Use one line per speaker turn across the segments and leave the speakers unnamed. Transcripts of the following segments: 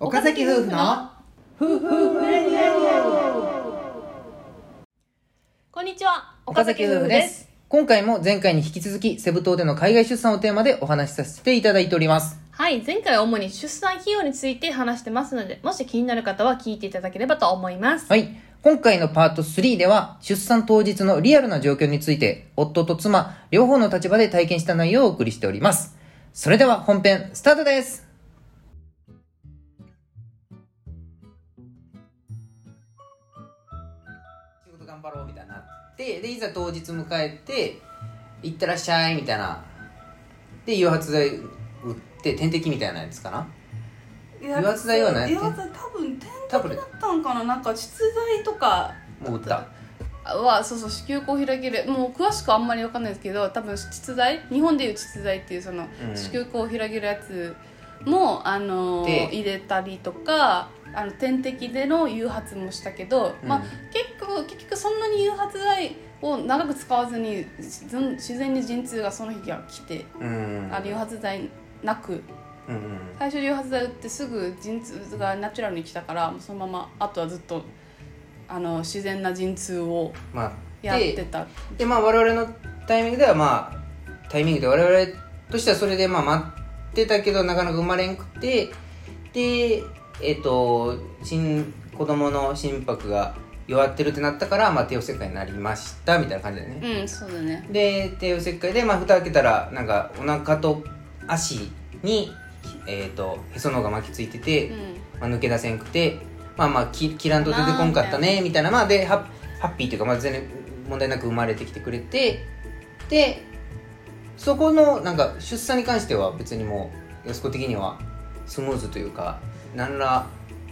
岡崎夫婦の
こんにちは
す今回も前回に引き続きセブ島での海外出産をテーマでお話しさせていただいております
はい前回は主に出産費用について話してますのでもし気になる方は聞いていただければと思います
はい今回のパート3では出産当日のリアルな状況について夫と妻両方の立場で体験した内容をお送りしておりますそれでは本編スタートです仕事頑張ろうみたいになってでいざ当日迎えて行ってらっしゃいみたいなで誘発剤打って点滴みたいなやつかな
誘
誘発剤は何や
誘
ってん
発剤多分点
タブレッ
だったんかななんか湿剤とか
トもう打った
はそうそう子宮口を開けるもう詳しくあんまりわかんないですけど多分湿剤日本でいう湿剤っていうその、
うん
子宮口を開けるやつもあの
で
入れたりとかあの点滴での誘発もしたけど、
うん
まあ結構結局そんなに誘発剤を長く使わずに自然自然に陣痛がその日が来て、
うん
あの誘発剤なく
うんうん
最初誘発剤打ってすぐ陣痛がナチュラルに来たからもうそのままあとはずっとあの自然な陣痛を
まあ、
やって
で
た
で、まあ、我々のタイミングではまあタイミングで我々としてはそれでまあ待ってたけどなかなか生まれんくてでえっ、と新子供の心拍が弱ってるってなったから、まあ、帝王切開になりましたみたいな感じだよね、
うんそうだね
で帝王切開で、まあ、蓋開けたらなんかお腹と足に、えっとへその緒が巻きついてて、
う
まあ、抜け出せんくてまあまあき切らんと出てこんかったねみたいなまあでハッハッピーというか、まあ、全然問題なく生まれてきてくれてでそこのなんか出産に関しては別にもう安子的にはスムーズというか何ら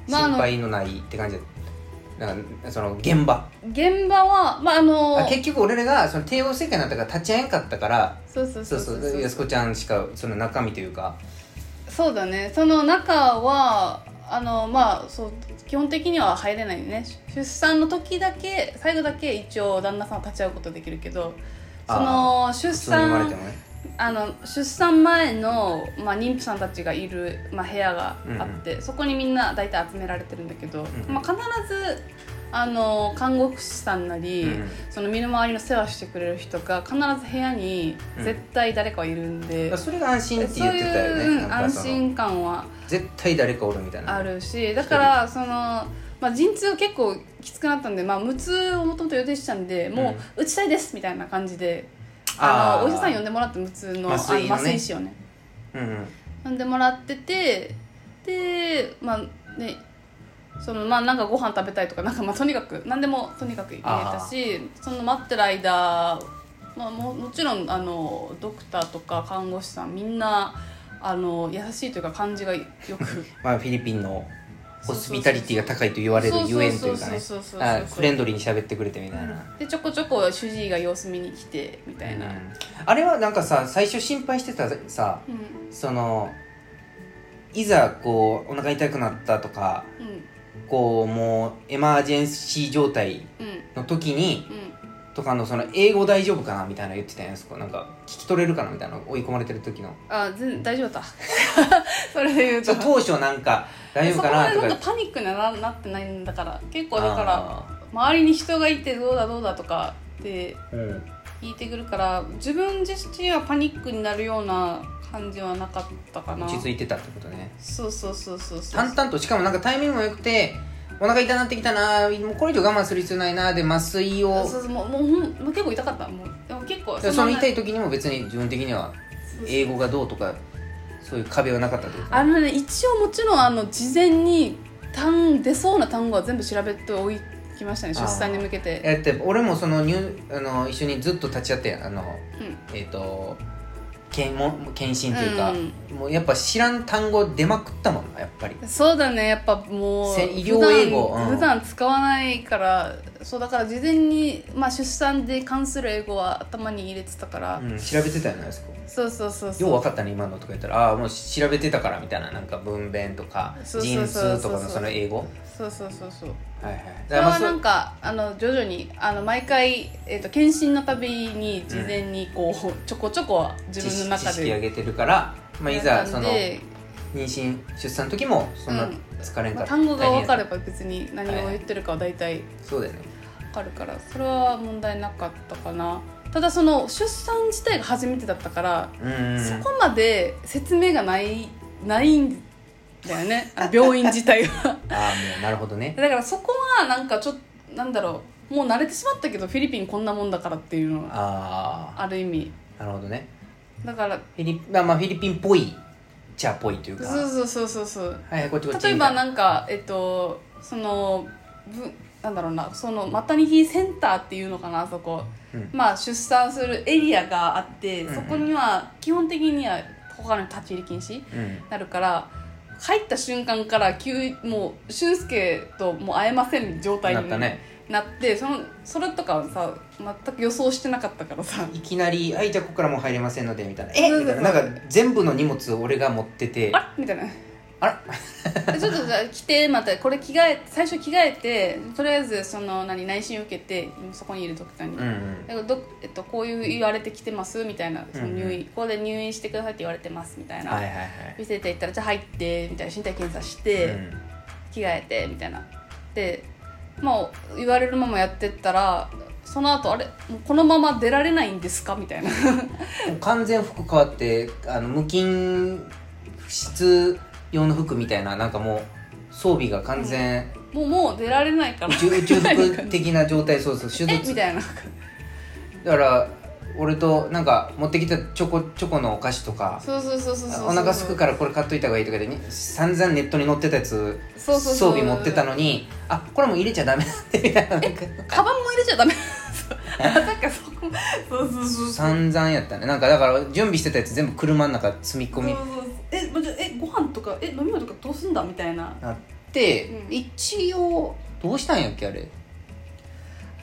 心
まああの
配のないって感じで、なんかその現場
ん現場はまああの
あ結局俺らがその帝王切開になったから立ち会えんかったから
そうそう
そ
そうう
そ
そうう
で
そう
安子ちゃんしかその中身というか
そうだねその中はあのまあそう基本的には入れないね出産の時だけ最後だけ一応旦那さんは立ち会うことできるけどそ
あ
の出
普通に生まれ
産
てもね
あの出産前の、まあ、妊婦さんたちがいる、まあ、部屋があって、そこにみんな大体集められてるんだけど、
うん
まあ、必ずあの看護師さんなり、
うん
その身の回りの世話してくれる人が必ず部屋に
うん
絶対誰かはいるんで、
それが安心って
そう
言ってたよね
いう、う、
なんんか
安
その
心感は
絶対誰かおるみたいな
あるしだからその、まあ、陣痛結構きつくなったんで、まあ、無痛をもともと予定してたんでもう打ちたいですみたいな感じであ
あー
のお医者さん呼んでもらって無痛のあの
麻
麻
酔のね
酔師をね
うんうん
呼んでもらっててでまあねそのまあなんかご飯食べたいとかなんかまあとにかく何でもとにかく言えたしその待ってる間、まあ、ももちろんあのドクターとか看護師さんみんなあの優しいというか感じがよ く
まあフィリピンのホスピタリティが高いと言われるゆえんというかね
そうそうそうそうそうそう
あフレンドリーに喋ってくれてみたいな、
でちょこちょこ主治医が様子見に来てみたいな、
うんあれはなんかさ最初心配してたさ
うん
そのいざこうお腹痛くなったとか
うん
こうもうエマージェンシー状態
うん
の時に
うん
とかのその英語大丈夫かなみたいなの言ってたやつなんか聞き取れるかなみたいな追い込まれてる時 の
あ全大丈夫だった それで言う
ちょ
と
っと当初なんか大丈夫かな
そ
と
こまでなん
か
かパニックにはななってないんだから結構だから
あ
周りに人がいてどうだどうだとかって
ーうん
聞いてくるから自分自身はパニックになるような感じはなかったかな
落ち着いてたってことね
そうそうそうそうそう
淡々としかもなんかタイミングも良くてお腹痛なってきたなもうこれ以上我慢する必要ないなで麻酔を
そうそうもうもうほんもう結構痛かったもうでも結構
でその
んな
痛い時にも別に自分的には
そう
英語がどうとかそういう壁はなかったってこと
あのね一応もちろんあの事前に単出そうな単語は全部調べておきましたね出産に向けて
えって俺もその入あの一緒にずっと立ち会ってあの
うん
えっ、と検問検診というか、
うん
もうやっぱ知らん単語出まくったもんなやっぱり
そうだねやっぱもう
せ医療英語
普段,、
うん
普段使わないからそうだから事前に、まあ、出産で関する英語は頭に入れてたから、
うん調べてたよねあそこ
そうそうそう
よう
そう
分かったね今のとか言ったらああーもう調べてたからみたいななんか分娩とか
そうそ
陣
うそうそう
痛とかのその英語
そうそうそうそう
はいはい
それはなんかあの徐々にあの毎回、えー、と検診のたびに事前にこう、ちょこちょこ自分の中
知識上
で
げてるから、まあ、いざその
で
妊娠出産の時もそんな疲れん
ま
か
あ
った、
単語が
大
分
変
かれば別に何を言ってるかは大体
そうだよね
分かるからそれは問題なかったかなただその出産自体が初めてだったから、
うん
そこまで説明がないないんだ よねあ病院自体は
ああもうなるほどね
だからそこはなんかちょっとなんだろうもう慣れてしまったけどフィリピンこんなもんだからっていうのは
あ
ある意味
あなるほどね
だから
フィリ,、まあ、まあフィリピンっぽいちゃっぽいというか
そうそうそうそうそう
はいはいこっちこっち
例えば
みたい
なんかえっとそのぶなんだろうなそのマタニティセンターっていうのかなあそこ、
うん
まあ出産するエリアがあって
うんうん
そこには基本的には他の立ち入り禁止に
うん
なるから入った瞬間から急もう俊介ともう会えません状態
な
に
ったね
なってそのそれとかはさ全く予想してなかったからさ
いきなり「はいじゃあここからもう入れませんので」みたいな「
そ
え
う
み
そ
た
う
い
そ
な
う
なんか全部の荷物を俺が持ってて
あれみたいな
あら
でちょっとじゃあ着てまたこれ着替え最初着替えてとりあえずその何内診受けてそこにいるドクターに、
うんうん
だからどえっと、こういう言われてきてますみたいなその入
う
院、
んう
ここで入院してくださいって言われてますみたいな、
はいはいはい
見せていったらじゃあ入ってみたいな身体検査して、
うん
着替えてみたいなでまあ言われるままやってったらその後あれもうこのまま出られないんですかみたいな
もう完全服変わってあの無菌室用の服みたいななんかもう装備が完全
もうもう出られないから
重 重篤的な状態そうそう手
えみ
術
たいな
だから俺となんか持ってきたチョコチョコのお菓子とか
そうそうそうそうそうそう
お腹すくからこれ買っといた方がいいとかでに散々ネットに載ってたやつ
そうそうそう
装備持ってたのにあこれもう入れちゃダメなんでみたいななんか
カバンも入れちゃダメ あなんかそこそうそうそうそう
散々やったねなんかだから準備してたやつ全部車の中積み込み
そうえまじゃえご飯とかえ飲み物とかどうすんだみたいな
なって、
うん
一応どうしたんやっけあれ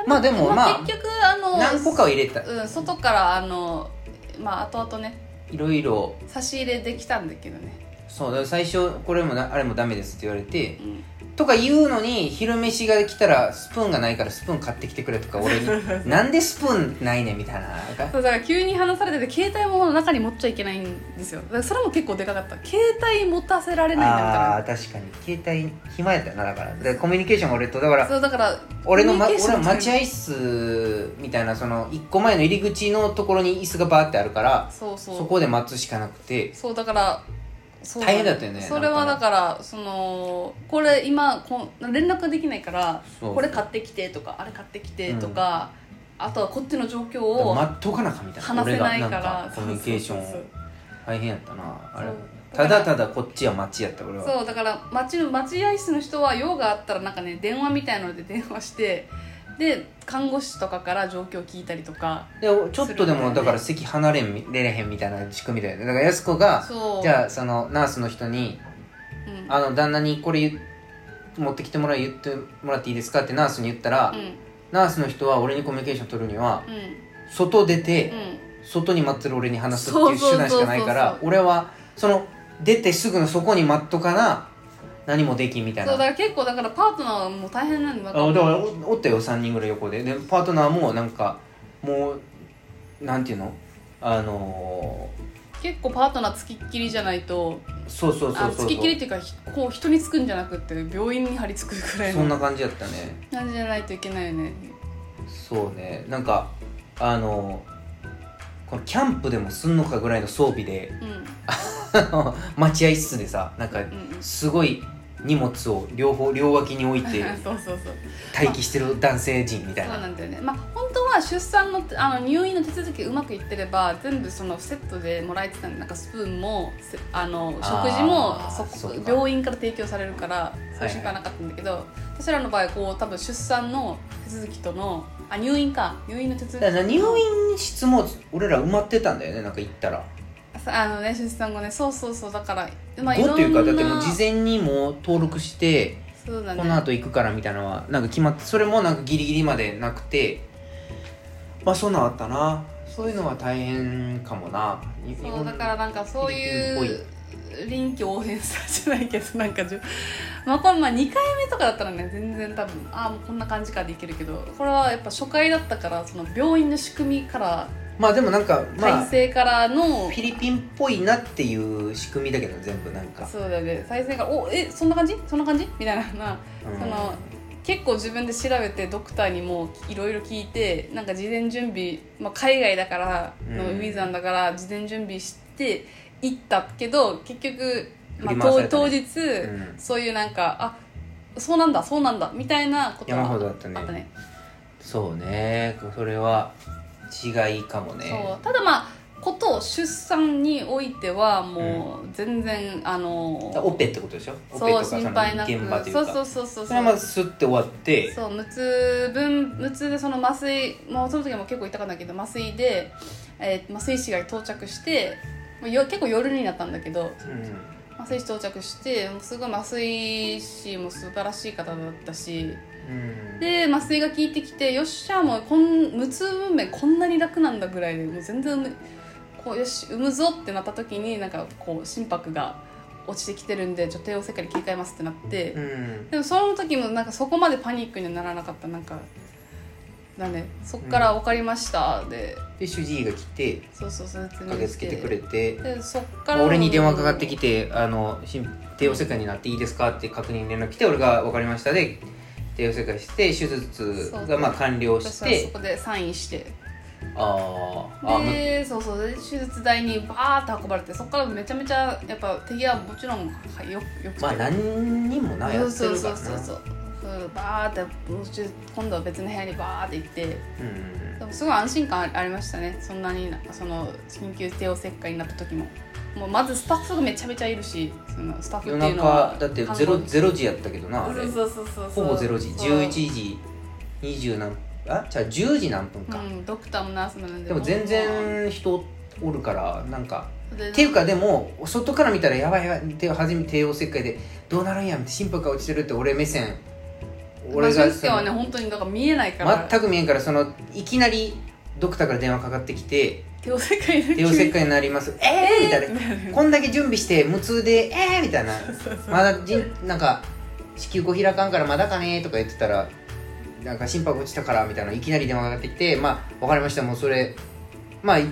まあでもまあ
結局あの
何個かは入れた
うん外からあのまあ後々ね
いろいろ
差し入れできたんだけどね、
そうだから最初これもなあれもダメですって言われて
うん、
とか言うのに昼飯が来たらスプーンがないからスプーン買ってきてくれとか俺 になんでスプーンないねんみたいななんか
そうだから急に話されてて携帯も中に持っちゃいけないんですよだからそれも結構でかかった携帯持たせられないんだみ
あー確かに携帯暇やったよなだからでコミュニケーションが俺とだか
たいな
ら
そうだから
俺の、ま、
コミュ
俺
ニケーショ
は
ン
待合室みたいなその1個前の入り口のところに椅子がバーってあるから
そうそう
そこで待つしかなくて
そうだからそう
大変だったよね
それは
な
だ
ん
からそのこれ今こん連絡ができないから
そう
これ買ってきてとかあれ買ってきてとか、あとはこっちの状況を
待っとかなあかんみたいな
話せない
俺が
から
なんかコミュニケーショ
そうそう
ン大変やったなあれ
そ
た
う
だただこっちは待ちやった俺は
そうだから待ち待合室の人は用があったらなんかね電話みたいので電話してで看護師とかから状況を聞いたりとか
でちょっとでもだから席離れんれれへんみたいな仕組みだよねだから安子が
そう
じゃあそのナースの人に
うん
あの旦那にこれ言っ持ってきてもらい言ってもらっていいですかってナースに言ったら、
うん
ナースの人は俺にコミュニケーション取るには
うん
外出て、
うん
外に待ってる俺に話すっていう手段しかないか
そうそうそう
ら
そう
俺はその出てすぐのそこに待っとかな何もできんみたい
そうだ
な
から結構だからパートナーも大変なんだ
あだからおおったよ3人ぐらい横ででパートナーもなんかもうなんていうのあの
結構パートナーつきっきりじゃないと
ーそうそうそ
あ
うそう
つきっきり
そ
っていうかひこう人につくんじゃなくて病院に張り付くぐらい
ん
の
な感じだったね
感じじゃないといけないよね
そうねなんかあのこのキャンプでもすんのかぐらいの装備で
うんうん
あの待合室でさなんか
うん
すごい荷物を両方両脇に置いて
そうそうそう
待機してる男性陣みたい
そうな
なん
だよねまあ本当は出産のあの入院の手続きうまくいってれば全部そのセットでもらえてたんでなんかスプーンもせあの食
あー
事もそ
そ
こ
っか
病院から提供されるから
い
そういう心配なかったんだけど、私らの場合こう多分出産の手続きとのあ入院か入院の手続き
だから入
院
院室も俺ら埋まってたんだよねなんか行ったら
あのね出産後ねそうそうそうだからま
5っていうかだってもう
な
事前にもう登録して
そうだね
この後行くからみたいなのはなんか決まってそれもなんかギリギリまでなくてまあそんなんあったなそういうのは大変かもな日日
そう
本
だからなんかそういう臨機応変さじゃないけどなんかじゅまあこれまあ2回目とかだったらね全然多分ああもうこんな感じかでいけるけどこれはやっぱ初回だったからその病院の仕組みから
まあでもなんかまあ
体
フ
制からの
ィリピンっぽいなっていう仕組みだけど全部なんか、
そうだね再生から「おえそんな感じそんな感じ?」みたいなな、
うん
その結構自分で調べてドクターにもいろいろ聞いてなんか事前準備、まあ、海外だからの
うん
ウィザンだから事前準備して行ったけど結局、まあ
振り回さ
当
れた
当
ね
日、
ん
そういうなんかあそうなんだそうなんだみたいなこと
山ほどあったね
あったね
そうねそれは違いかも
そ
ね
うただまあこと出産においてはもう全然、あの
オペってことでしょオペと
そ
か
う
その
心配なく
現場という
そ
か
うそうそうそう
それはまずスッて終わって
そう無痛分無痛でその麻酔もうその時も結構痛かったけど麻酔で、えー麻酔師が到着してもうよ結構夜になったんだけど
うん
麻酔師到着してもうすごい麻酔師も素晴らしい方だったし
うん
で麻酔が効いてきてよっしゃもうこん無痛分娩こんなに楽なんだぐらいでもう全然産むこうよし産むぞってなった時になんかこう心拍が落ちてきてるんでちょっと帝王切開に切り替えますってなって。
うん
でもその時もなんかそこまでパニックにはならなかったなんかだねそっから「分かりました」で
で主治医が来て
そうそうそう説明して
駆けつけてくれて
でそっか
ま
ら
あ俺に電話かかってきて「あのし帝王切開になっていいですか?」って確認連絡来て俺が「分かりました」で帝王切開して手術
そう
がまあ完了し
私はそ
て
こでサインして
あーあむ
でそうそうで手術台にバーッと運ばれてそっからめちゃめちゃやっぱ手際もちろんはいよよくて
まあ何人もなやって
そう
るか
そ
ら
うそう
な
そうそうバーッて今度は別の部屋にバーッて行って
うん
でもすごい安心感ありましたねそんなになんかその緊急帝王切開になった時ももうまずスタッフがめちゃめちゃいるしそのスタッフ
夜
っていうのは
中だってゼロゼロ時やったけどなあれ
そうそうそう
ほ
そう
ぼゼロ時
そう
11時20何あじゃあ10時何分
う
か、
んドクターもナースもなんで
でも全然人おるからなんか
で
っていうかでも外から見たらやばいやばい手を初めて帝王切開でどうなるんやって心拍が落ちてるって俺目線
俺
俺
が
が
俊介はね本当にだから見えないから
全く見えんからそのいきなりドクターから電話かかってきて
帝王切
「
開
帝王切開になります」「えー!」みたいな「 こんだけ準備して無痛でえー!」みたいな「まだじんなんか子宮口開かんからまだかね?」とか言ってたら「なんか心拍落ちたから」みたいないきなり電話かかってきて「まあ分かりましたもうそれまあい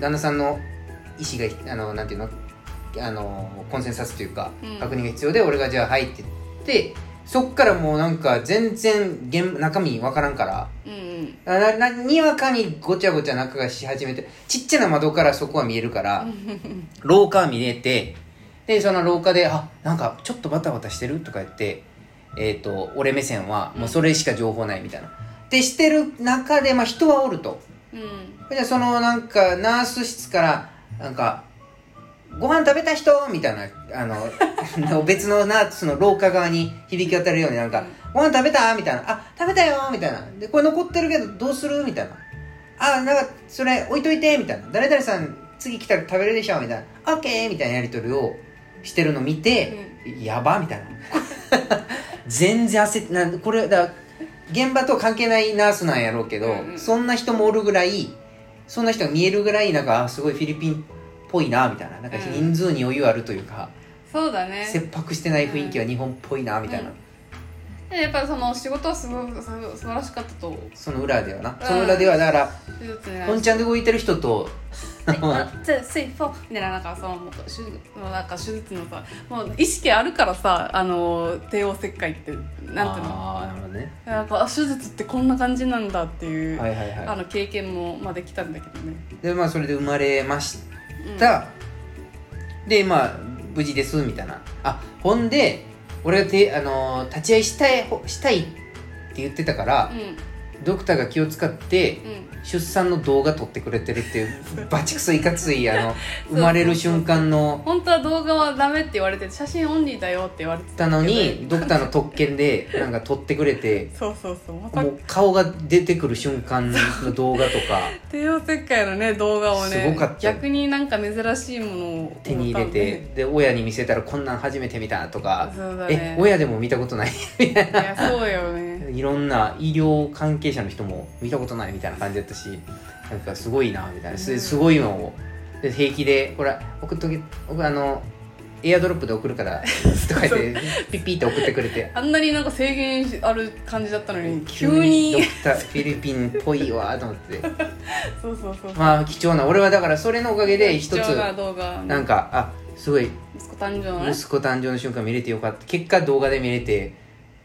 旦那さんの意思があのなんていうのあのコンセンサスというか
うん
確認が必要で、俺がじゃあ「はい」って言ってそっからもうなんか全然現中身分からんから。
うんうん
ななにわかにごちゃごちゃ中がし始めてちっちゃな窓からそこは見えるから廊下は見えてでその廊下で「あなんかちょっとバタバタしてる?」とか言って、えー、と俺目線はもうそれしか情報ないみたいな。でしてる中で、まあ、人はおると。
うん
じゃあそのなんかナース室からなんか「ご飯食べた人?」みたいなあの 別のナースの廊下側に響き渡るようになんか「ご飯食べた?」みたいな「あ食べたよ」みたいな「でこれ残ってるけどどうする?」みたいな「あなんかそれ置いといて」みたいな「誰々さん次来たら食べるでしょ」みたいな「オッケー」みたいなやり取りをしてるの見て「やば」みたいな 全然焦ってなんこれだから現場と関係ないナースなんやろうけど、
うんうん
そんな人もおるぐらいそんな人が見えるぐらいなんかあすごいフィリピンっぽいなみたいななんか
うん
人数に余裕あるというか、
そうだね
切迫してない雰囲気は日本っぽいなみたいな、
うんでやっぱりその仕事はすごくすごい素晴らしかったと
その裏ではな、
うん
その裏ではだから
手術になりました
本ちゃんで動いてる人と
はいあじゃあセイフォーみたいななんかそのもう手術のなんか手術のさもう意識あるからさあの帝王切開ってなんていうの
あーなるほどね
なんかあ手術ってこんな感じなんだっていう、
はいはい
あ
は
の経験もまあできたんだけどね。
いでまあそれで生まれまし
うん
た、でまあ無事ですみたいなあほんで俺がて、あのー立ち会いしたいほしたいって言ってたから
う、ん
ドクターが気を使って、
うん
出産の動画撮ってくれてるっていう バチクソいかついあの生まれる瞬間の
本当は動画はダメって言われてて写真オンリーだよって言われて
たのにドクターの特権でなんか撮ってくれて
そうそうそうま
も
た
う顔が出てくる瞬間の動画と か
帝王切開のね動画をね
すごかった
逆になんか珍しいものを
手に入れてで親に見せたらこんなん初めて見たとか
そうだ
え
ね
親でも見たことないみたい
いやそうよね
ないろんな医療関係者の人も見たことないみたいな感じだったしなんかすごいなみたいなすすごいのをで平気で「これ送っとけ僕あのエアドロップで送る から」とか言ってピッピって送ってくれて
あんなになんか制限ある感じだったのに急
ド
に
クターフィリピンっぽいわと思って
そうそうそう
まあ貴重な俺はだからそれのおかげで一つ
貴重な動画
なんかあすごい
息子誕生のね
息子誕生の瞬間見れてよかった結果動画で見れて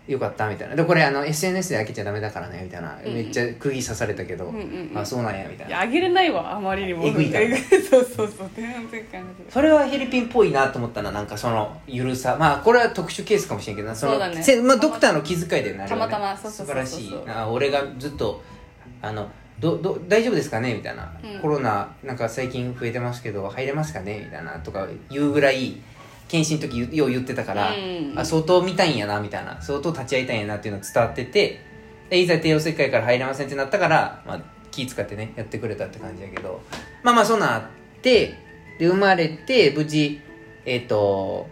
よかったみたいなでこれあの SNS で開けちゃダメだからねみたいな、
うん
めっちゃ釘刺されたけど、
うんうんうん
あそうなんやみたい
い
な
やあげれないわあまりにも
えぐいから
そうそうそう全然感じ
それはフィリピンっぽいなと思ったななんかそのゆるさまあこれは特殊ケースかもしれんけどなその
そうだね
せまあ、ドクターの気遣いでなるよね
たまたまそうそうそうそう
素晴らしいな俺がずっとあのどど大丈夫ですかねみたいな、
うん
コロナなんか最近増えてますけど入れますかねみたいなとか言うぐらい検診の時よう言ってたから、
うん
あ相当見たいんやなみたいな相当立ち会いたいんやなっていうのが伝わっててでいざ帝王切開から入れませんってなったから、まあ、気使ってねやってくれたって感じやけどまあまあそんなんあってで生まれて無事えっ、と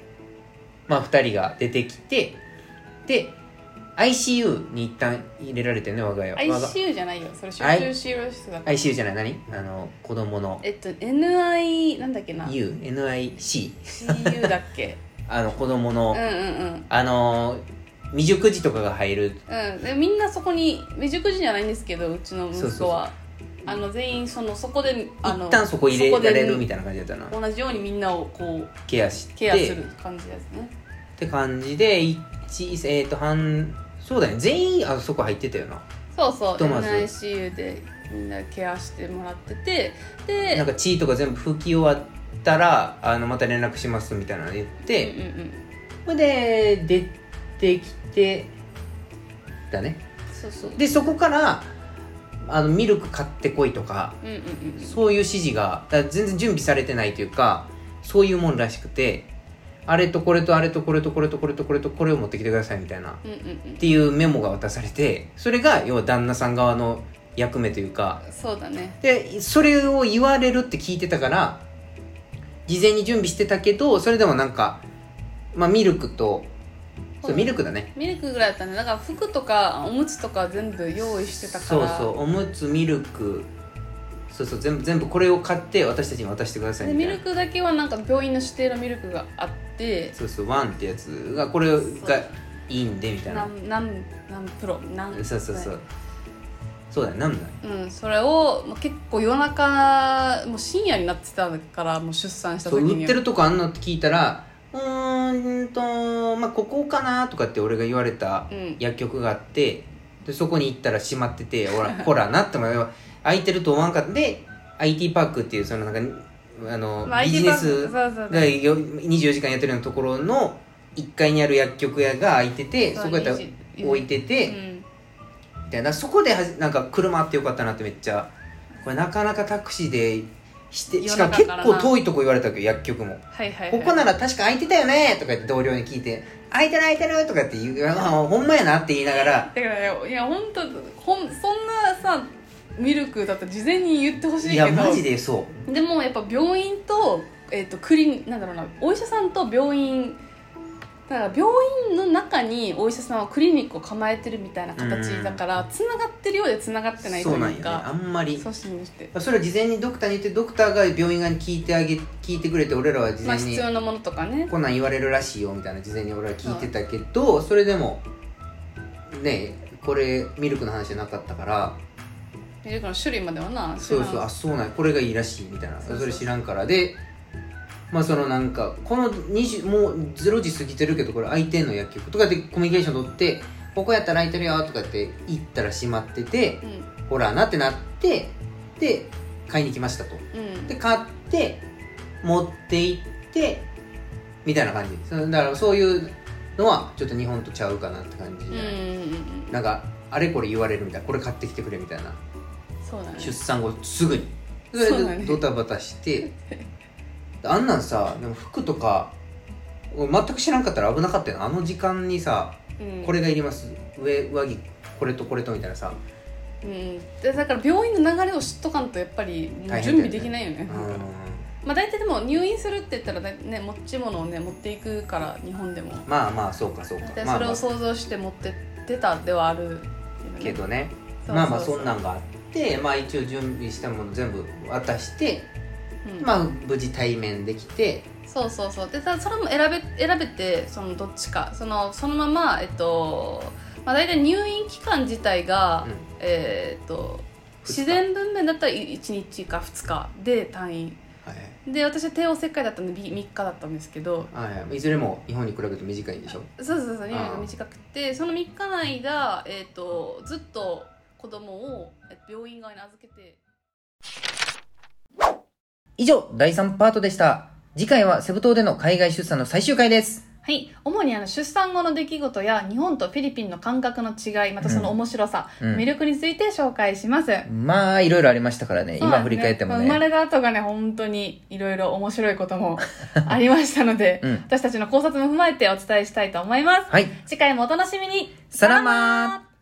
まあ2人が出てきてで ICU に一旦入れられてね我が家我が
ICU じゃないよそれ集中治療室だから
ICU じゃない何あの子供の
えっと NI なんだっけな
UNIC
CU だっ け
あの子供の、
うんうんうん
あの未熟児とかが入る
うん、でみんなそこに未熟児じゃないんですけどうちの息子はあの全員そのそこであの
一旦そこ入れられるみた
た
いな感じだったな
同じようにみんなをこう
ケアして
ケアする感じですね
って感じで一えっ、と半そうだね全員あそこ入ってたよな
そうそう
ひとまず
NICU でみんなケアしてもらっててで
なんか地位とか全部拭き終わったらあのまた連絡しますみたいなの言って、
うんうんうん
それで出てきてだね
そうそう
でそこからあのミルク買ってこいとか
うんうんうん
そういう指示がだから全然準備されてないというかそういうもんらしくてあれとこれとあれとこれとこれとこれとこれとこれを持ってきてくださいみたいな
うんうん
っていうメモが渡されてそれが要は旦那さん側の役目というか
うんそうだね
でそれを言われるって聞いてたから事前に準備してたけどそれでもなんか、まあ、ミルクとそうミルクだね
ミルクぐらいだったねだから服とかおむつとか全部用意してたか
そう
ら
そうおむつミルクそうそう全部全部これを買って私たちに渡してください
で
み
ミ
たい
ル
な
クだけはなんか病院の指定のミルクがあって
そうそうワンってやつがこれがいいんでみたい
な
なん
なんなんプロなん
そうそうそうそうだよなんだよ
うん、それを、まあ、結構夜中もう深夜になってたからもう出産した
そ
時
う
には
売ってるとこあんのって聞いたらうーんとまあここかなとかって俺が言われた
うん
薬局があって、でそこに行ったら閉まっててほら ほらなっても空いてると思わんかったで IT パークっていうそのなんかあの、
まあ
ビジネ
IT
ス
パークそうそう
がよ24時間やってるようなところの1階にある薬局屋が空いてて
そう
そこやったら
20
置いてて、
うん
みたいなそこではじなんか車あってよかったなってめっちゃこれなかなかタクシーでしてしかも
夜
結
中からな
構遠いとこ言われたわけど薬局も。
はいはい、は
こ
い、
こなら確か空いてたよねとか言って同僚に聞いて「空いてる空いてる」とかって言うあ「ほんまやな」って言いながら
だからねいや本当ほんそんなさミルクだったら事前に言ってほしい
い
けど
やマジでそ
でもやっぱ病院と,、えー、とクリニなんだろうなお医者さんと病院だから病院の中にお医者さんはクリニックを構えてるみたいな形だからつながってるようでつながって
う
ないと
そうなん
い
よ
う
ねあ
か
んまり
そうしにして、
それは事前にドクターに言ってドクターが病院側に聞いてあげ聞いてくれて俺らは事
まあ、
前
必
に
要なものとかね
こんなん言われるらしいよみたいな事前に俺は聞いてたけどそれでもねえこれミルクの話じゃなかったから
ミルクの種類まではな
そうそう
違
あそうなんやこれがいいらしいみたいな
そう
そ
そう
れ知らんからでまあそのなんかこの20もう0時過ぎてるけどこれ空いてんの薬局とかでコミュニケーション取ってここやったら空いてるよとかって行ったら閉まってて
ううん
ほらなってなってで買いに来ましたと
うん
で買って持って行ってみたいな感じそのだからそういうのはちょっと日本とちゃうかなって感じ
うん
じゃ
う
ない、
んうんうん
なんかあれこれ言われるみたいなこれ買ってきてくれみたいな
そうだね
出産後すぐにそ
そうだ
れで
ね
ドタバタして、あんなんさでも服とか俺全く知らんかったら危なかったよなあの時間にさ
うん
これがいります上上着これとこれとみたいなさ、
うんでだから病院の流れを知っとかんとやっぱりもう
大変だよね
準備できないよね
うん
まあ大体でも入院するって言ったらだいね持ち物をね持っていくから日本でも
まあまあそうかそうか
大体
まあ
それ
ま
を
あ
想像して持ってってたではある
けどね
そうそうそう
まあまあそんなんがあってまあ一応準備したもの全部渡して、
うん
まあ無事対面できて
そうそうそうでただそれも選べ選べてそのどっちかそのそのままえっと、まあ、大体入院期間自体が、
うん
えーっと
二日
自然分娩だったら1日か2日で退院
はい
で私は帝王切開だったんで3日だったんですけど
はいはいいずれも日本に比べると短いでしょ
そうそうそう
ん
入院が短くてその3日の間、えーっとずっと子供をえっと病院側に預けて。
以上第3パートでした次回はセブ島での海外出産の最終回です
はい、主にあの出産後の出来事や日本とフィリピンの感覚の違いまたその面白さ、
うん
魅力について紹介します、
まあいろいろありましたからね
そうな
今
ん
振
です
り返ってもね
生まれた後がね本当にいろいろ面白いこと もありましたので、
うん
私たちの考察も踏まえてお伝えしたいと思います
はい
次回もお楽しみに
さらばー